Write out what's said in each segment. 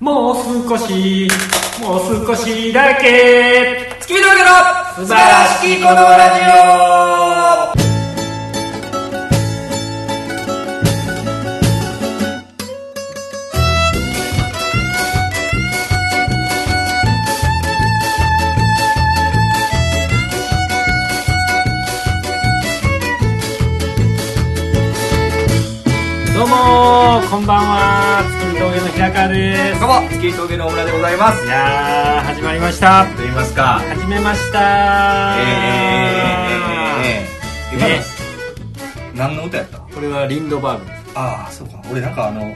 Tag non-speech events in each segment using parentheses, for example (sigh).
もう少し、もう少しだけ、月見峠の素晴らしきこのラジどうもこんばんは、月見峠の平川でオどうも月見峠の小村でございますす。いやー、始まりました。と言いますか始めましえーえーえーたねえーえーえー今の何の歌やったこれはリンドバーグでああそうか俺なんかあの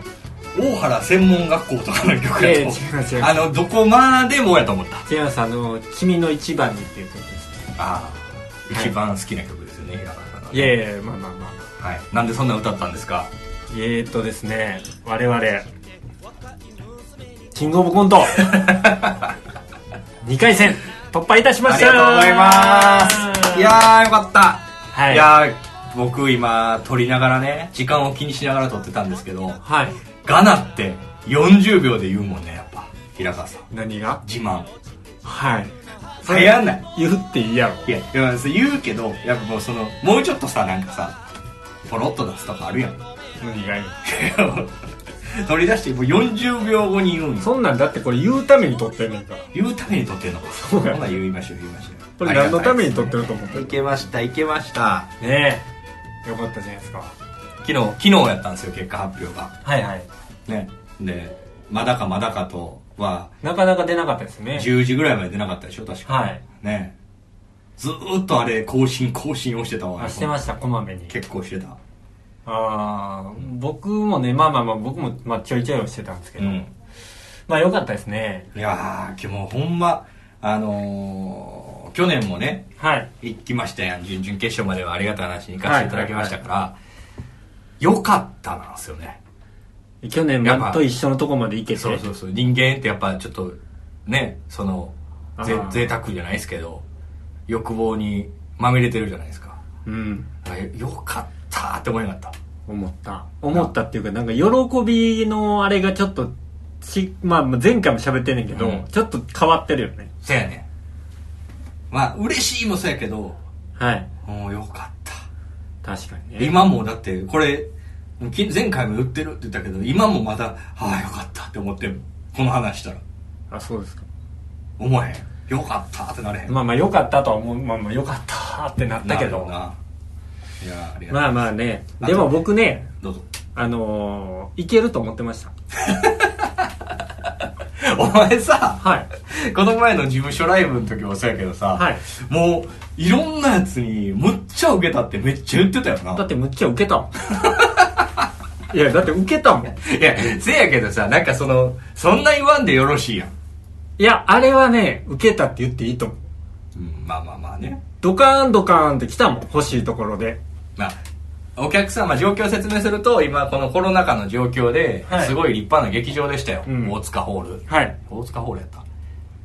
大原専門学校とかの曲いやいやや違と思う違うあのどこまでもやと思ったす。ジェアさんの、君の一番にっていう曲ですね。ああはい一番好きな曲ですよね平川さんのいやいや、まあまあまあ。はいなんでそんな歌ったんですかえーっとですね、我々、キングオブコ (laughs) ント、2回戦、突破いたしまあしりたがとうございますいやーよかった、はいい、やー僕今撮りながらね時間を気にしながら撮ってたんですけどはい。ガナって40秒で言うもんねやっぱ平川さん何が自慢はい。早ない言っていいやろ。いや、でもそう言うけど、やっぱもうその、もうちょっとさ、なんかさ、ポロッと出すとかあるやん。 (laughs) 何がいい取り出して、もう40秒後に言うんよそんなんだってこれ言うために撮ってんねんから。言うために撮ってんのか。うやほな言いましょう、言いましょう。これ何のために撮ってると思っているけました、いけました。ねえ。よかったじゃないですか。昨日、昨日やったんですよ、結果発表が。はいはい。ね。で、まだかまだかとは、なかなか出なかったですね。 10時ぐらいまで出なかったでしょ、確か。はい。ね。ずーっとあれ、更新、更新をしてたわ。あしてました、こまめに。結構してた。ああ、僕もね、まあまあまあ、僕も、まあ、ちょいちょいはしてたんですけうど、ん。まあよかったですね。いやー、今日もうほんま、あのー去年もね、はい。行きましたやん、準々決勝まではありがたい話に行かせていただきましたから、よかったなんですよね。去年、やっぱマンと一緒のとこまで行けて。そうそうそう、人間ってやっぱちょっと、ね、その、ぜあー贅沢じゃないですけど、欲望にまみれてるじゃないですか。うん。あよかったーって思いなかっ思った。思ったっていうか、なんか、喜びのあれがちょっと、ち、まあ、前回も喋ってんねんけど、うんちょっと変わってるよね。た。そやね。まあ、嬉しいもそうやけど、はい。もうよかった。確かにね。今もだってこれき前回も言ってるって言ったけど今もまたああよかったって思ってこの話したらあ、そうですか。思えへんよかったってなれへんまあまあ、良かったとは思う。まあまあ、良かったってなったけど。ないやありがとうまあまあね。でも僕ね、ど (laughs) うぞあのー、いけると思ってました。お前さはい。 (laughs) この前の事務所ライブの時もそうやけどさ、はいもういろんなやつにむっちゃ受けたってめっちゃ言ってたよだなってむっちゃウケた (laughs) もんいやだってウケたもんいやせやけどさなんかそのそんな言わんでよろしいやん、いやあれはねウケたって言っていいと思ううん、まあまあまあねドカーンドカーンって来たもん欲しいところでまあ、お客様状況を説明すると今このコロナ禍の状況ではいすごい立派な劇場でしたよ、うん大塚ホールはい大塚ホールやった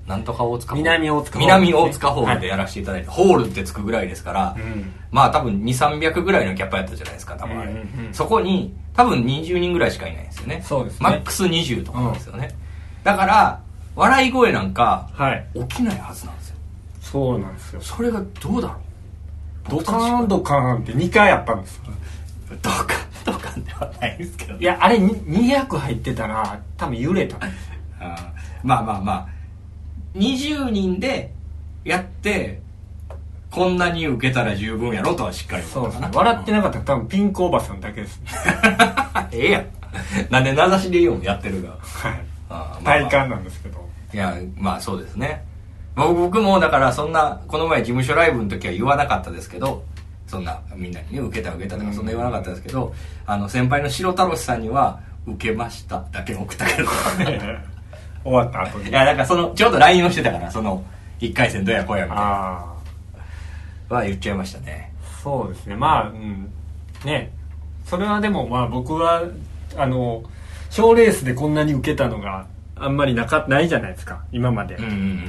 なんとか大塚ホール南大塚ホール南大塚ホールはいでやらせていただいて、ホールってつくぐらいですから、うんまあ多分2300ぐらいのキャパやったじゃないですか多分あれ、うんうんうんそこに多分20人ぐらいしかいないんですよねそうですねマックス20とかなんですよね、だから笑い声なんかはい起きないはずなんですよそうなんですよそれがどうだろうドカーンドカーンって2回やったんですドカンドカンではないですけどいやあれに200入ってたら多分揺れたあーまあまあまあ20人でやってこんなに受けたら十分やろとはしっかりそうですね思笑ってななかったら多分ピンクおばさんだけですね (laughs) ええやんなんで名指しで言うんやってるがはいあーまあま体あ感なんですけどいやまあそうですね僕僕もだからそんなこの前事務所ライブの時は言わなかったですけどそんなみんなにね受けた受けたとかそんな言わなかったですけど、あの先輩の白太郎さんには「受けました」だけ送っ (laughs) たけど (laughs) 終わった後いにやなんかそのちょうど LINE をしてたからその1回戦どうやこうやみたいなあは言っちゃいましたねあそうですねまあうんねそれはでもまあ僕はあの賞レースでこんなに受けたのがあんまりなかないじゃないですか今まで、うんうんうん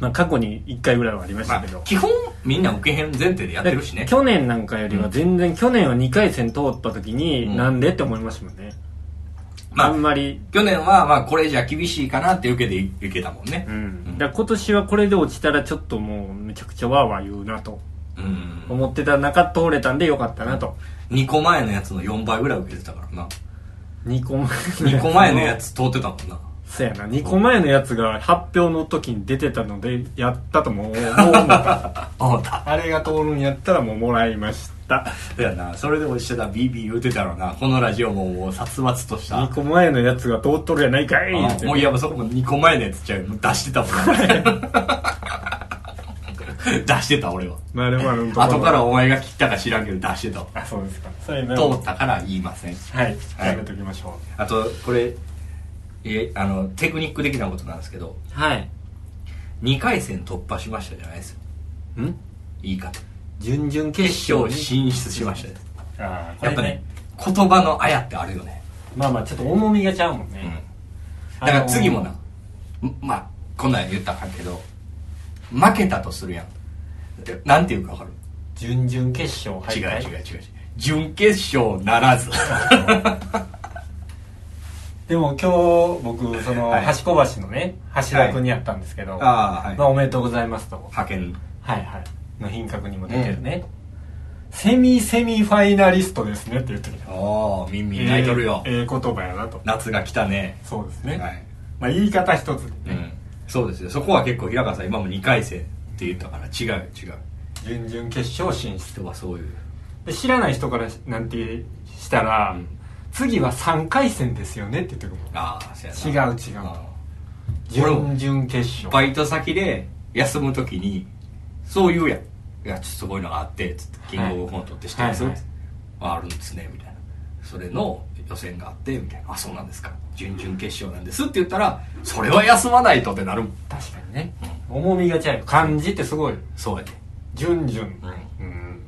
まあ、過去に1回ぐらいはありましまたあけど、基本みんな受けへん前提でやってるしね去年なんかよりは全然、去年は2回戦通った時に、うんなんでって思いましたもんねまああんまり、去年はまあこれじゃ厳しいかなって受けていけたもんねう。ん、だから今年はこれで落ちたらちょっともうめちゃくちゃわーわー言うなとうん。思ってた中通れたんでよかったなと、 2個前のやつの4倍ぐらい受けてたからな。 2個前2個前のやつ通ってたもんな。 (laughs) そうやな2個前のやつが発表の時に出てたのでやったとも思うもう思 (laughs) った思った。あれが通るんやったらもうもらいましただよな。それでも一緒だ。ビービー言うてたろうな。このラジオももう殺伐とした。 2個前のやつが通っとるやないかいあってもういやもうそこも2個前のやつちゃうもう出してたもん (laughs) な出してた俺はまるまるのところ後からお前が切ったか知らんけど出してたわあそうですかそういうの通ったから言いませんはいやめときましょあとこれえあのテクニック的なことなんですけどうはい2回戦突破しましたじゃないですよん言い方準々決勝進出しましたよああこやれっぱね言葉のあやってあるよねまあまあちょっと重みがちゃうもんね、だから次もな、んまあこんなん言ったらあかんけど負けたとするやんえなんていうかわかる準々決勝違う敗違う退違う違う準決勝な (laughs) らずでも今日僕そのはい橋小橋のね橋田君に会ったんですけど、ああはいまあ、おめでとうございますと派遣はいはいの品格にも出てるね、セミセミファイナリストですねって言ってきたおお耳泣いとるよ、ええええ言葉やなと夏が来たねそうですね、はい、まあ、言い方一つでね、うん、そうですよそこは結構平川さん今も2回戦って言ったから違う違う準々決勝進出人はそういうで知らない人からなんてしたら、うん次は3回戦ですよねって言ってくるああそう違やなう違う俺準も々決勝バイト先で休む時にそう言うやん「いやちょっとすごいのがあって」つって「キングオブコントって知ってます?はいはいああるんですね」みたいなそれの予選があってみたいな「あそうなんですか準々決勝なんです」って言ったら「それは休まないと」ってなるもん確かにね、重みが違うよ漢字ってすごいそうやで、順々うん、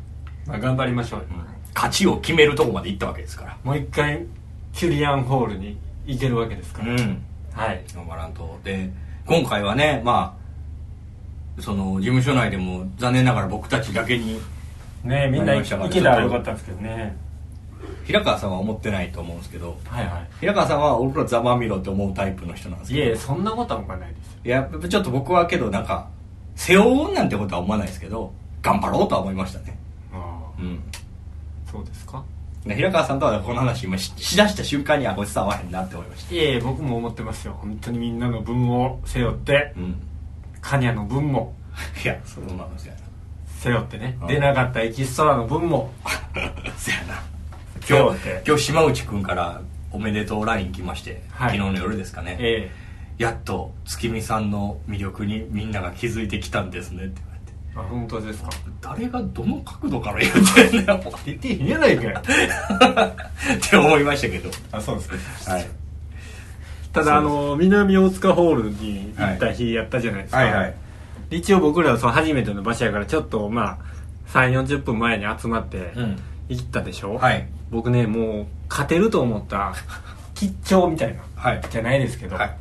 まあ、頑張りましょうよ、勝ちを決めるとこまで行ったわけですからもう一回キュリアンホールに行けるわけですから、んはい頑張らんとで今回はねまあその事務所内でも残念ながら僕たちだけにねえみんなわかりま行したけたらよかったんですけどね平川さんは思ってないと思うんですけどはいは平川さんは俺らざまみろって思うタイプの人なんですいいけどえそんなことは思わないですよいややっぱちょっと僕はけどなんか背負うなんてことは思わないですけど頑張ろうとは思いましたねあうんあそうですかで平川さんとはこの話今ししだした瞬間にあこいつとは合わへんなって思いましたいえ僕も思ってますよ本当にみんなの分を背負ってうんカニャの分も (laughs) いやそうなんですよな背負ってねああ出なかったエキストラの分も (laughs) そやな背今負っ日て今日島内くんからおめでとう LINE 来まして、はい昨日の夜ですかね、えやっと月見さんの魅力にみんなが気づいてきたんですねって言われてえあ本当ですか誰がどの角度から言ってんだよ言っていいんや (laughs) ないかよって思いましたけどあそうですかはいただあの南大塚ホールに行った日やったじゃないですか、一応僕らはその初めての場所やからちょっとまあ3 4 0分前に集まってうん行ったでしょ、はい僕ねもう勝てると思った (laughs) 吉兆みたいなはいじゃないですけど、はい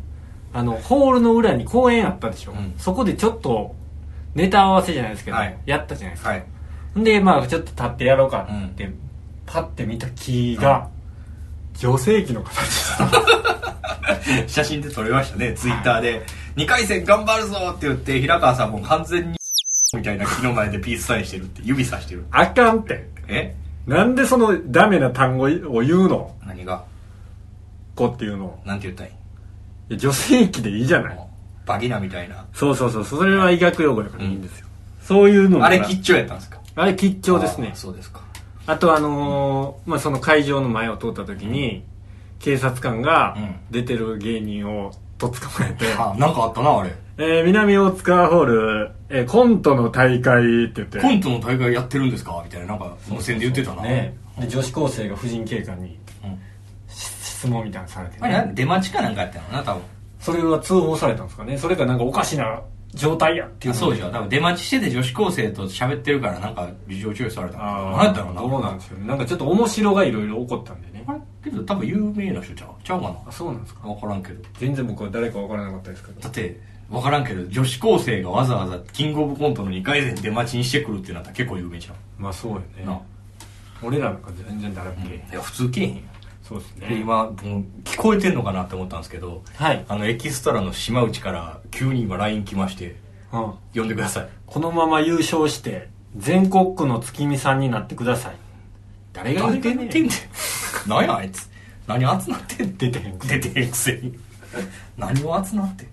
あのホールの裏に公園あったでしょ、うんそこでちょっとネタ合わせじゃないですけど、はいやったじゃないですか、はいでまあちょっと立ってやろうかって、うパッて見た木が、女性器の形した写真で撮れましたねツイッターで「2回戦頑張るぞ!」って言って平川さんも完全にみたいな木の前でピースサインしてるって指さしてる (laughs) あかんってえなんでそのダメな単語を言うの何が子っていうのをなんて言ったらいいいや女性器でいいじゃないのバギナみたいなそうそうそうそれは医学用語だからいいんですよ、そういうのもあれ吉兆やったんですかあれ吉兆ですねあーそうですかあとあのーまあ、その会場の前を通った時に、警察官がうん出てる芸人をとっ捕まえて、あなんかあったなあれえー南大塚ホール、えーコントの大会って言って。コンントの大会やってるんですかみたいななんか無線で言ってたな、ね。で、女子高生が婦人警官にうん質問みたいなのされて、あれなんか出待ちかなんかやったのな多分それは通報されたんですかね。それかなんかおかしな状態やっていうあのそうでしょ多分出待ちしてて女子高生と喋ってるからなんか事情注意されたのかなあ何やったのあ、などうなんですよね。なんかちょっと面白がいろいろ起こったんでね。あれけど多分有名な人ちゃうちゃうかあ、そうなんですか。な分からんけど全然僕は誰かわからなかったですけど。だって分からんけど女子高生がわざわざキングオブコントの2回戦出待ちにしてくるってなったら結構有名じゃん、まあそうよね。な俺らなんか全然だらけ。いや普通来えへんよそうですねで今もう聞こえてんのかなって思ったんですけどはい、あのエキストラの島内から急に今 LINE 来ましてうん、 「呼んでくださいこのまま優勝して全国区の月見さんになってください」誰が言ってんねん誰が言何やあいつ何集まってんの出てへん出てへんくせに何を集まってん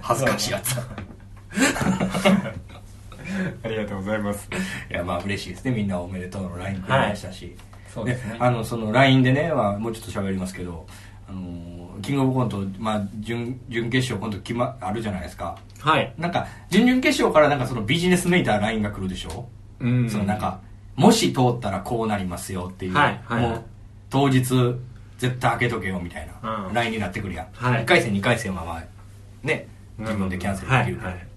恥ずかしいやつ (laughs) ありがとうございますいやまあ嬉しいですねみんなおめでとうの LINE くれましたし、そうですねあのその LINE でねはもうちょっと喋りますけどあのキングオブコント、まあ、準準決勝今度決まあるじゃないですかはいなんか準々決勝からなんかそのビジネスメーター LINE が来るでしょ、うんそのなんかもし通ったらこうなりますよっていう、はいはいもう当日絶対開けとけよみたいな、うん LINE になってくるやん、はい1回戦2回戦はまあね自分でキャンセルできるから、はいはい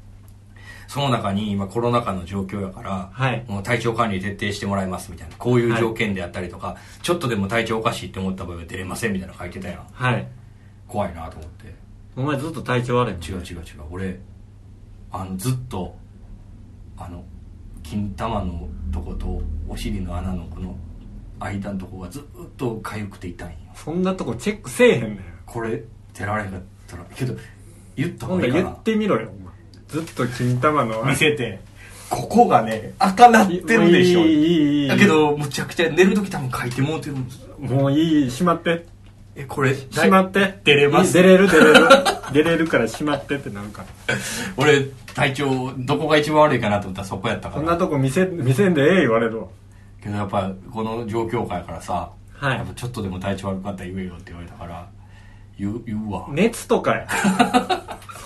その中に今コロナ禍の状況やから、はいもう体調管理徹底してもらいますみたいなこういう条件であったりとか、ちょっとでも体調おかしいって思った場合は出れませんみたいなの書いてたやんはい怖いなと思ってお前ずっと体調悪いの違う違う違う俺あのずっとあの金玉のとことお尻の穴のこの間のとこがずっと痒くて痛いんよそんなとこチェックせえへんねんこれ出られへんかったらけど言ったほ方んでがいいか言なってみろよお前ずっと金玉の見せてここがね赤なってるでしょいいいいいいだけどむちゃくちゃ寝る時多分書いてもうてるんですよもういいしまってえこれしまって出れます出れる出 (laughs) れる出れるからしまってってなんか俺体調どこが一番悪いかなと思ったらそこやったかそんならとこ見せ見せんでええ言われるわけどやっぱこの状況下やからさ、はいやっぱちょっとでも体調悪かったら言えよって言われたから言う言うわ、熱と (laughs) かや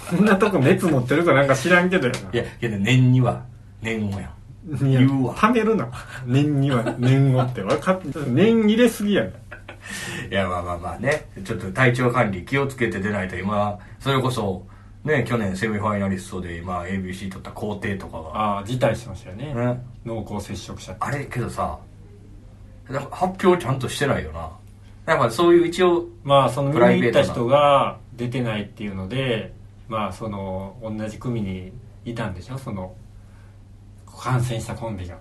そんなとこ熱持ってるかなんか知らんけどやないやいや念には念をやんいや言うわ貯めるな年には年後って分かって年入れすぎやんいやまあまあまあねちょっと体調管理気をつけて出ないと今それこそね去年セミファイナリストで今 ABC 取った皇帝とかがああ辞退しましたよねね濃厚接触者あれけどさなんか発表ちゃんとしてないよななんかそういう一応まあそのプ見ライに行ベったートな人が出てないっていうのでまあその同じ組にいたんでしょその感染したコンビが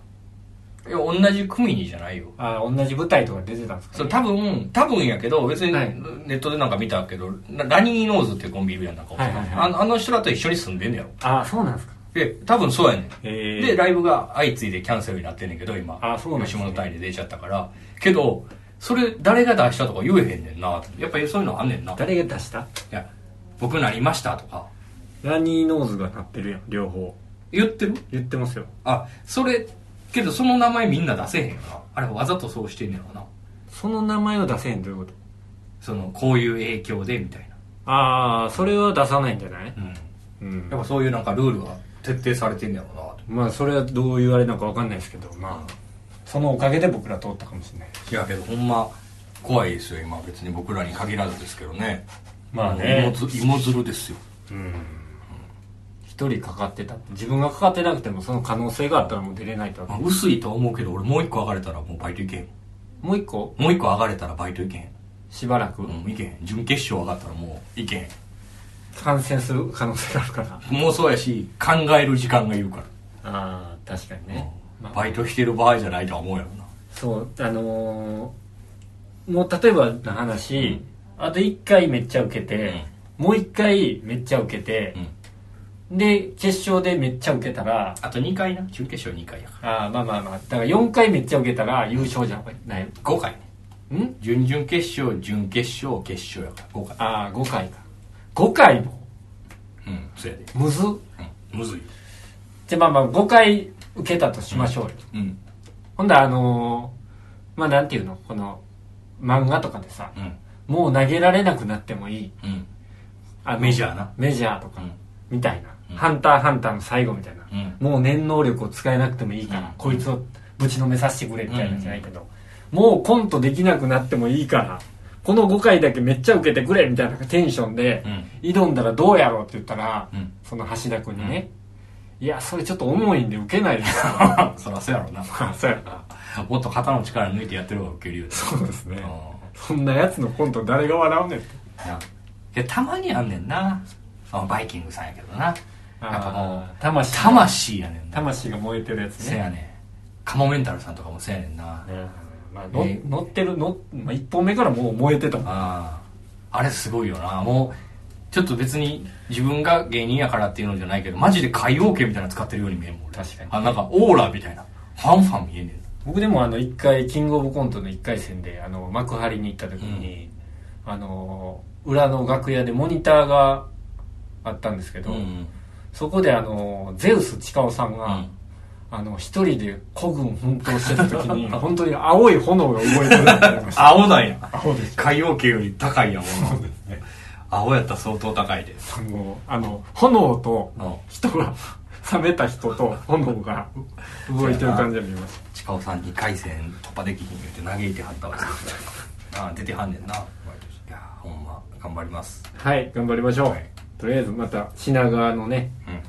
いや同じ組にじゃないよああ同じ舞台とか出てたんですか、そね、う多分多分やけど別にはいネットでなんか見たけど、なラニーノーズっていうコンビいるやんなんか、はいはいはいあのあの人らと一緒に住んでんねやろああそうなんですかで多分そうやねんえでライブが相次いでキャンセルになってんねんけど今あそうなんです吉ね本隊で出ちゃったからけどそれ誰が出したとか言えへんねんなやっぱりそういうのあんねんない誰が出したや僕なりましたとかラニーノーズがなってるやん両方言ってる言ってますよあそれけどその名前みんな出せへんよなあれわざとそうしてんねんろなその名前を出せへんどういうことそのこういう影響でみたいなああそれは出さないんじゃない、うんうんやっぱそういうなんかルールが徹底されてんねやろうなとまあそれはどういうあれなのか分かんないですけどまあそのおかげで僕ら通ったかもしれないいやけどほんま怖いですよ今別に僕らに限らずですけどねまあね芋づ芋づるですようん一人かかってたって自分がかかってなくてもその可能性があったらもう出れないとまあ薄いとは思うけど俺もう一個上がれたらもうバイト行けへんもう一個もう一個上がれたらバイト行けへんしばらくうん行けへん準決勝上がったらもう行けへ感染する可能性があるからんもうそうやし考える時間がいるから、ああ確かにね、まあバイトしてる場合じゃないとは思うやろなそうあのーもう例えばの話、あと1回めっちゃ受けて、もう1回めっちゃ受けてう、んで決勝でめっちゃ受けたらあと2回な準決勝2回やかああまあまあまあだから4回めっちゃ受けたら優勝じゃないんら5回ね準々決勝準決勝決勝やから5回ああ5回か5回もうんそうやでむずっうんむずいよじゃあまあまあ5回受けたとしましょうよ、うんほんだらあのーまあなんていうのこの漫画とかでさうんもう投げられなくなってもいいうんあのメジャーなメジャーとか、うんみたいな、うんハンターハンターの最後みたいな、うんもう念能力を使えなくてもいいから、うんこいつをぶちのめさせてくれみたいなんじゃないけど、もうコントできなくなってもいいからこの5回だけめっちゃ受けてくれみたいなテンションで、うん (laughs) 挑んだらどうやろうって言ったら、うんその橋田君にね、いやそれちょっと重いんで受けないですよそらそうやろなまあそうやなもっと肩の力抜いてやってる方がウケるよねそうですねうそんなやつのコント誰が笑うねんってんいやいやたまにあんねんなそのバイキングさんやけどなやっぱもう魂が魂やねんな魂が燃えてるやつせねやねんカモメンタルさんとかもせやねんなねまあ、のえ乗ってるの、まあ、1本目からもう燃えてたもんあああれすごいよなもうちょっと別に自分が芸人やからっていうのじゃないけどマジで海王系みたいなの使ってるように見えるもん俺確かにあなんかオーラみたいなファンファン見えね僕でもあの1回キングオブコントの1回戦であの幕張に行った時に、あの裏の楽屋でモニターがあったんですけえど、なうんそこであのゼウス近尾さんが、うんあの一人で孤軍奮闘してた時 (laughs) に本当に青い炎が動いてるってなりました青なんや青です海王系より高いやもん青やったら相当高いでもうあの炎とうん人が冷めた人と炎が動いてる感じが見えまし近尾さん2回戦突破できひん言って嘆いてはったわけです (laughs) あ出てはんねんないやほんま頑張りますたはい頑張りましょう、はいとりあえずまた品川のねうん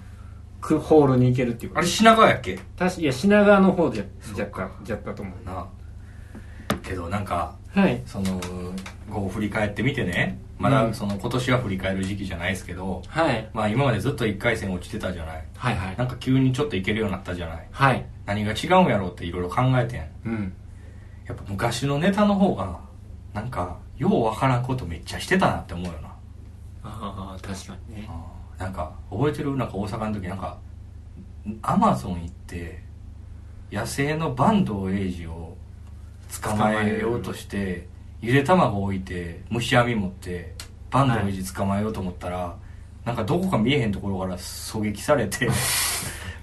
クホールに行けるっていうこあとれ品川やっけ確かいや品川の方じゃじゃったじゃったと思うなけどなんかはいそのこう振り返ってみてねまだ、うんその今年は振り返る時期じゃないですけどはいまあ今までずっと1回戦落ちてたじゃないはいはいなんか急にちょっといけるようになったじゃないはい何が違うんやろうっていろいろ考えてんうんやっぱ昔のネタの方がなんかようわからんことめっちゃしてたなって思うよなああ確かにねあーなんか覚えてるなんか大阪の時なんかアマゾン行って野生の坂東栄治を捕まえようとしてゆで卵置いて蒸し網持って坂東栄治捕まえようと思ったら、なんかどこか見えへんところから狙撃され (laughs) て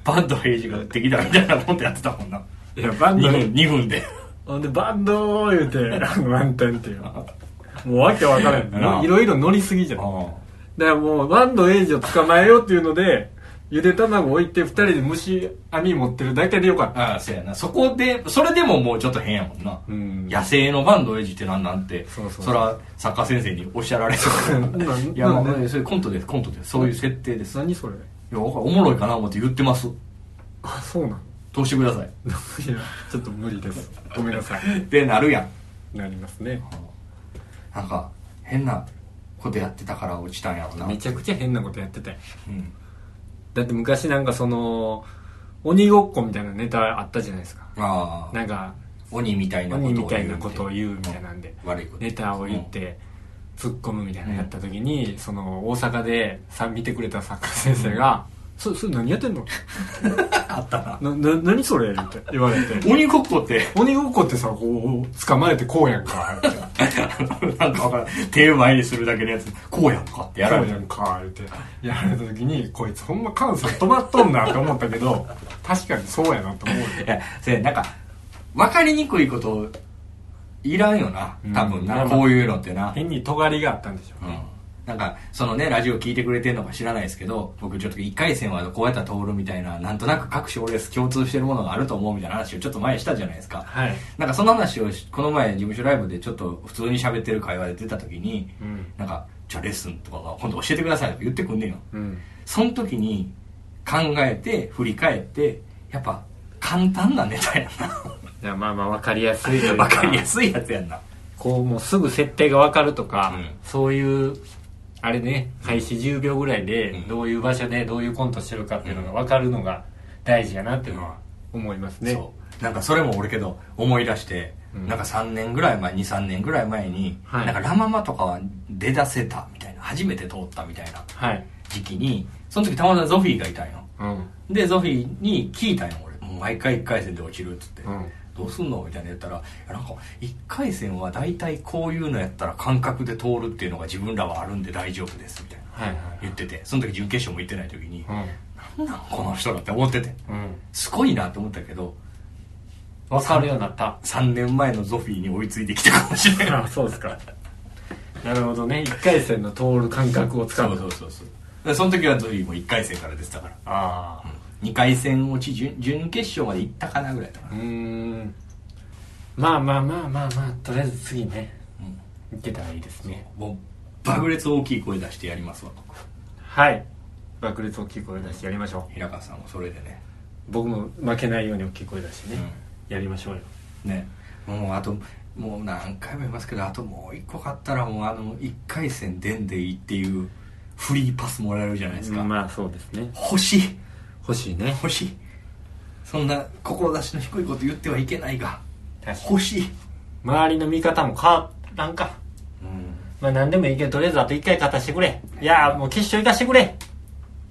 坂東栄治ができたみたいなことやってたもんないやバンド2分2分でほんでバンドー言うて満点っていうも (laughs) うわけわからんなあもういろいろ乗りすぎじゃんあだかーらもうバンドエイジを捕まえようっていうのでゆで卵置いて二人で虫網持ってるだけでよかったああそうやなそこでそれでももうちょっと変やもんな、うん野生のバンドエイジってなんなんてそうそうれは作家先生におっしゃられたからん (laughs) なんいやまあなんでそれコントですコントですそういう設定です、い何それやおもろいかな思って言ってますあそうなの通してくださいいやちょっと無理ですごめんなさいってなるやんなりますねなんか変なことやってたから落ちたんやろなめちゃくちゃ変なことやってたようんだって昔なんかその鬼ごっこみたいなネタあったじゃないですかああなんか鬼みたいなことを鬼言うみたいなことを言うみたいなんで悪いことネタを言って突っ込むみたいなのやった時に、その大阪でさ見てくれた作家先生が「そそれ何やってんの (laughs) あったななな何それ?」って言われて (laughs) 鬼ごっこって (laughs) 「鬼ごっこってさこう捕まえてこうやんか」って「なんかわからん手前にするだけのやつこうやんか (laughs) ってやらこれうてやんか」ってやられた時にこいつほんま感性止まっとんなって思ったけ (laughs) ど確かにそうやなと思うよいやそれなんか分かりにくいこといらんよな多分な、うんこういうのってな、変に尖りがあったんでしょうん、なんかそのねラジオ聞いてくれてるのか知らないですけど僕ちょっと1回戦はこうやったら通るみたいななんとなく各賞レース共通してるものがあると思うみたいな話をちょっと前にしたじゃないですか、はいなんかその話をしこの前事務所ライブでちょっと普通に喋ってる会話で出た時に、うんなんかじゃあレッスンとかが今度教えてくださいとか言ってくんねんよ、うんその時に考えて振り返ってやっぱ簡単なネタや (laughs) じゃあまあまあ分かりやすいといなうかわかりやすいやつやんなこうもうすぐ設定が分かるとか、うんそういうあれね開始10秒ぐらいでうんどういう場所でどういうコントしてるかっていうのが分かるのが大事やなっていうのは思いますね、そうなんかそれも俺けど思い出して、うんなんか3年ぐらい前23年ぐらい前に、はいなんかラ・ママとかは出だせたみたいな初めて通ったみたいなはい、時期にその時たまたまゾフィーがいたんようんでゾフィーに聞いたんよ俺もう毎回1回戦で落ちるっつって、うんどうすんのみたいなの言ったらいやなんか1回戦は大体こういうのやったら感覚で通るっていうのが自分らはあるんで大丈夫ですみたいはないはい言っててその時準決勝も行ってない時に、はいなんなんこの人だって思っててうん、うん、すごいなって思ったけど分かるようになった3年前のゾフィーに追いついてきたかもしれないあ (laughs) そうですかなるほどね1回戦の通る感覚をつかそむうそうそうそうでその時はゾフィーも1回戦から出てたからああ2回戦落ち準準決勝まで行ったかなぐらいだかうらーんまあまあまあまあまあとりあえず次ね、いけたらいいですねもう爆裂大きい声出してやりますわ僕はい爆裂大きい声出してやりましょう平川さんもそれでね僕も負けないように大きい声出してね、やりましょうよねもうあともう何回も言いますけどあともう1個勝ったらもうあの1回戦でんでいいっていうフリーパスもらえるじゃないですか、まあそうですね欲しい欲しいね欲しいそんな志の低いこと言ってはいけないが確かに欲しい周りの見方も変わらんかうん、まあ何でもいいけどとりあえずあと1回勝たしてくれいやーもう決勝行かしてくれ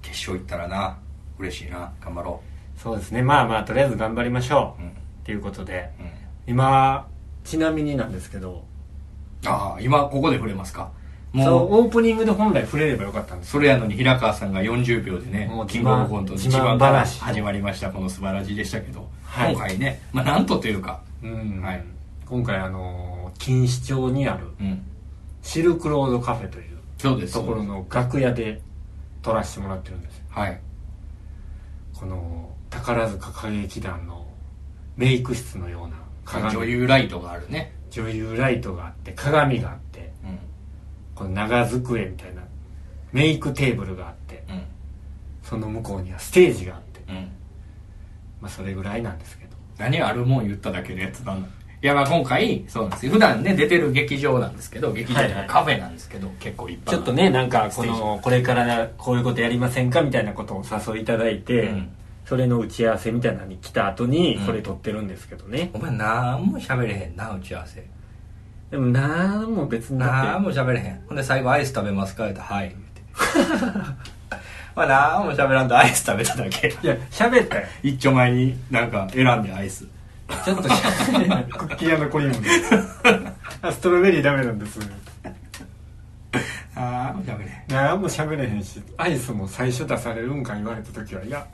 決勝行ったらな嬉しいな頑張ろそうですねまあまあとりあえず頑張りましょう、うんうっていうことでうん、今ちなみになんですけどああ今ここで触れますかそうもうオープニングで本来触れればよかったんですそれやのに平川さんが40秒でねもう自慢キングオブコント自一慢番から話始まりましたこの素晴らしいでしたけど、はい今回ね、まあ、なんとというか、うん、はい今回あのー錦糸町にあるうん、シルクロードカフェというそうですところの楽屋で撮らせてもらってるんですよはいこの宝塚歌劇団のメイク室のような鏡女優ライトがあるね、女優ライトがあって鏡があってうんこの長机みたいなメイクテーブルがあってその向こうにはステージがあってうんうん、まあそれぐらいなんですけど何あるもん言っただけのやつだな。いやまあ今回そうなんですよ普段ね出てる劇場なんですけど劇場とはいかはいカフェなんですけど、結構一般ちょっとねなんかこステーのこれからこういうことやりませんかみたいなことをお誘いいただいて、うんそれの打ち合わせみたいなのに来た後にうんそれ撮ってるんですけどね、お前なんも喋れへんな打ち合わせでもなんも別にななんっても喋れへんほんで最後アイス食べますか言うてはい」言うて (laughs) まあなんも喋らんとアイス食べただけいや喋ったよ一丁前になんか選んでアイスちょっとしゃ (laughs) クッキー屋のクリームですあ (laughs) ストロベリーダメなんです (laughs) ああもう喋れへん何も喋れへんしアイスも最初出されるんか言われた時はいや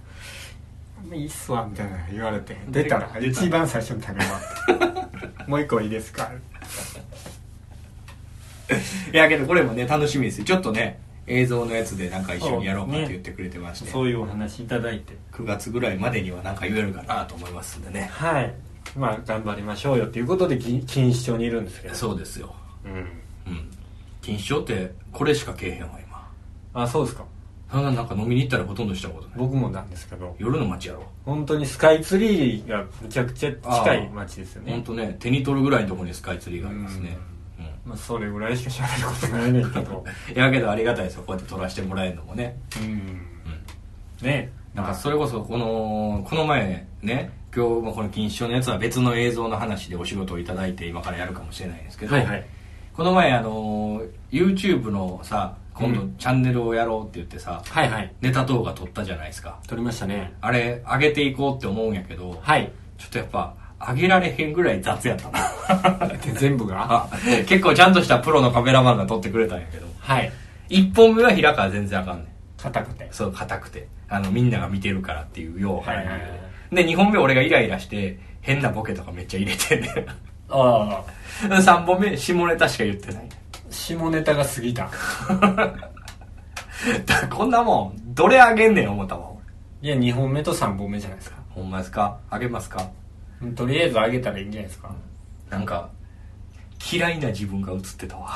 いいっすわみたいな言われて出たら出た一番最初に食べ (laughs) ますもう一個いいですかいやけどこれもね楽しみですよちょっとね映像のやつでなんか一緒にやろうかって言ってくれてまして、そういうお話いただいて9月ぐらいまでにはなんか言えるかなと思いますんでねはいまあ頑張りましょうよっていうことでき錦糸町にいるんですけどそうですよう、ん、うん錦糸町ってこれしかけえへんわ今あそうですかそんななんか飲みに行ったらほとんどしたことない僕もなんですけど夜の街やろ本当にスカイツリーがむちゃくちゃ近い街ですよほんねとね手に取るぐらいのとこにスカイツリーがありますねうん、まあそれぐらいしか喋ることないねんけど (laughs) いやけどありがたいですよこうやって撮らせてもらえるのもね (laughs) うんうんねなんかそれこそこのこの前ね今日まあこの錦糸町のやつは別の映像の話でお仕事をいただいて今からやるかもしれないんですけど、はいはいこの前あのー YouTube のさ今度うんチャンネルをやろうって言ってさ、はいはいネタ動画撮ったじゃないですか撮りましたねあれ上げていこうって思うんやけど、はいちょっとやっぱ上げられへんぐらい雑やったな (laughs) 全部があ (laughs) 結構ちゃんとしたプロのカメラマンが撮ってくれたんやけどはい1本目は平川全然あかんねん硬くてそう硬くてあのみんなが見てるからっていうようわからないはいはいはで2本目俺がイライラして変なボケとかめっちゃ入れて (laughs) んねんああ3本目下ネタしか言ってない (laughs) 下ネタが過ぎただからこんなもんどれあげんねん思ったわ俺いや2本目と3本目じゃないですかほんまですかあげますかうんとりあえず上げたらいいんじゃないですかなんか嫌いな自分が映っ (laughs) てたわ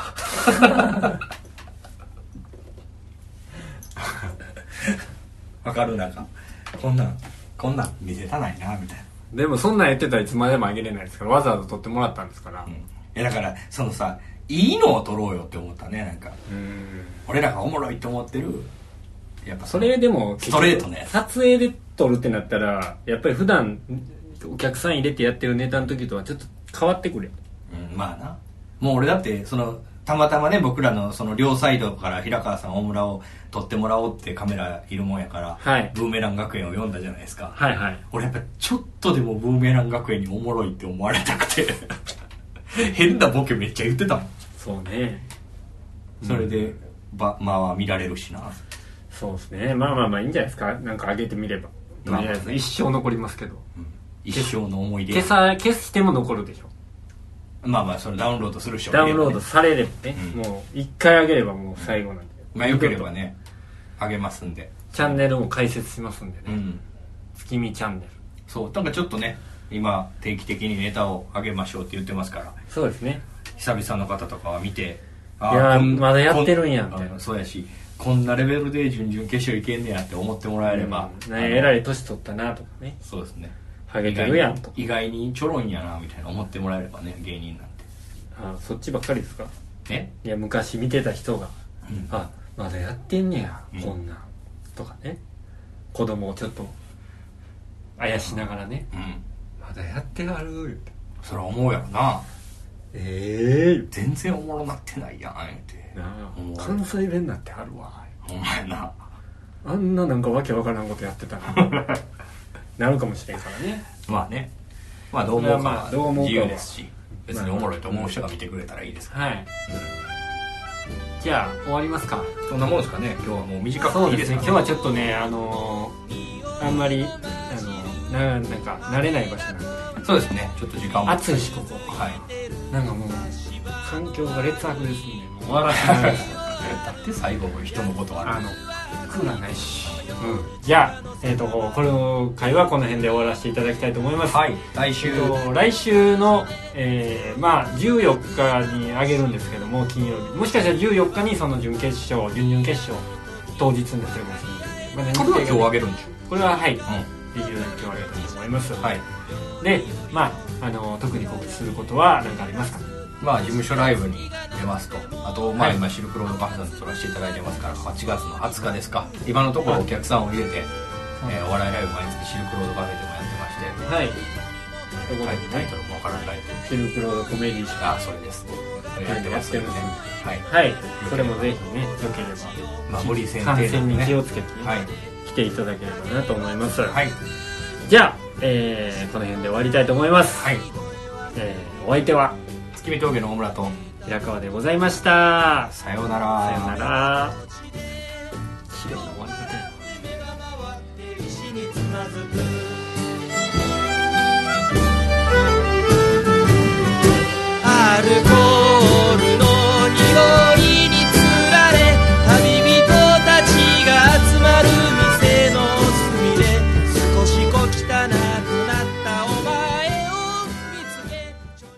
わかるなんかこんなんこんなん見せたないなみたいなでもそんなんやってたらいつまでも上げれないですからわざわざ撮ってもらったんですからうんいやだからそのさいいのを取ろうよって思ったねなんかうん俺らがおもろいと思ってるやっぱそれでもストレートね撮影で撮るってなったらやっぱり普段お客さん入れてやってるネタの時とはちょっと変わってくるようんまあなもう俺だってそのたまたまね僕らのその両サイドから平川さん大村を撮ってもらおうってカメラいるもんやから、はいブーメラン学園を読んだじゃないですか、はいはい俺やっぱちょっとでもブーメラン学園におもろいって思われた (laughs) くて変なボケめっちゃ言ってたもんそうねそれで、ばまあまあ見られるしなそうですねまあまあまあいいんじゃないですかなんか上げてみればとまありあえず一生残りますけど一生の思い出消さ消しても残るでしょまあまあそれダウンロードする人ダもいウれンばねロードされればね、うんもう一回上げればもう最後なんで、まあよければねあげますんでチャンネルも開設しますんでね、うん月見チャンネルそうなんかちょっとね今定期的にネタをあげましょうって言ってますからそうですね久々の方とかは見ていやーこんまだやってるんやこみたいなあそうやしこんなレベルで準々決勝いけんねやって思ってもらえれば、うんねえらいい年取ったなとかねそうですねハゲてるやんとか意外に意外にちょろいんやなみたいな思ってもらえればね芸人なんあそっちばっかりですかてねいや昔見てた人がうんあまだやってんねや、うんこんなんとかね子供をちょっとあやしながらね、うんまだやってはる言うてそれは思うやろなええ全然おもろなってないやん言うてなあうん関西弁なんてあるわお前なあんななんかわけわからんことやってた (laughs) らなるかもしれんからねまあねまあどう思うかまあどうは思うかは自由ですし別におもろいと思う人が見てくれたらいいですかはいじゃあ終わりますからそんなもんですかね今日はもう短くそていういでですすねか今日はちょっとねあのーあんまりあのななんか慣れない場所なんでそうですねちょっと時間も暑いしここはいなんかもう環境が劣悪ですんでもう終わらせないです (laughs) だって最後人のことはああのクーラーないし、うん、じゃあ、えー、とこの回はこの辺で終わらせていただきたいと思います、はい来週えっと来週の、えーまあ、14日にあげるんですけども金曜日もしかしたら14日にその準決勝準々決勝当日になってるかもしれないこれは今日あげげるんでしょこれははいでうきるだけ今日あげたいと思います、んはいでまああの特に告知することは何かありますかまあ事務所ライブに出ますとあとまはあい今シルクロードカフェさんで撮らせていただいてますから8月の20日ですか今のところお客さんを入れて、えーお笑いライブ毎月シルクロードカフェでもやってましてはいタイタイトルもわからないシルクロードコメディーショーあそれですやってますよねやってはい、はいそれもぜひねよければまあ、無理せん程感度染にに気ねをつけて、ねはい来ていただければなと思います、はいじゃあ、えーこの辺で終わりたいと思います、はいえーお相手は月見峠の大村と平川でございましたさようさよなら綺麗な終わり方や歩こう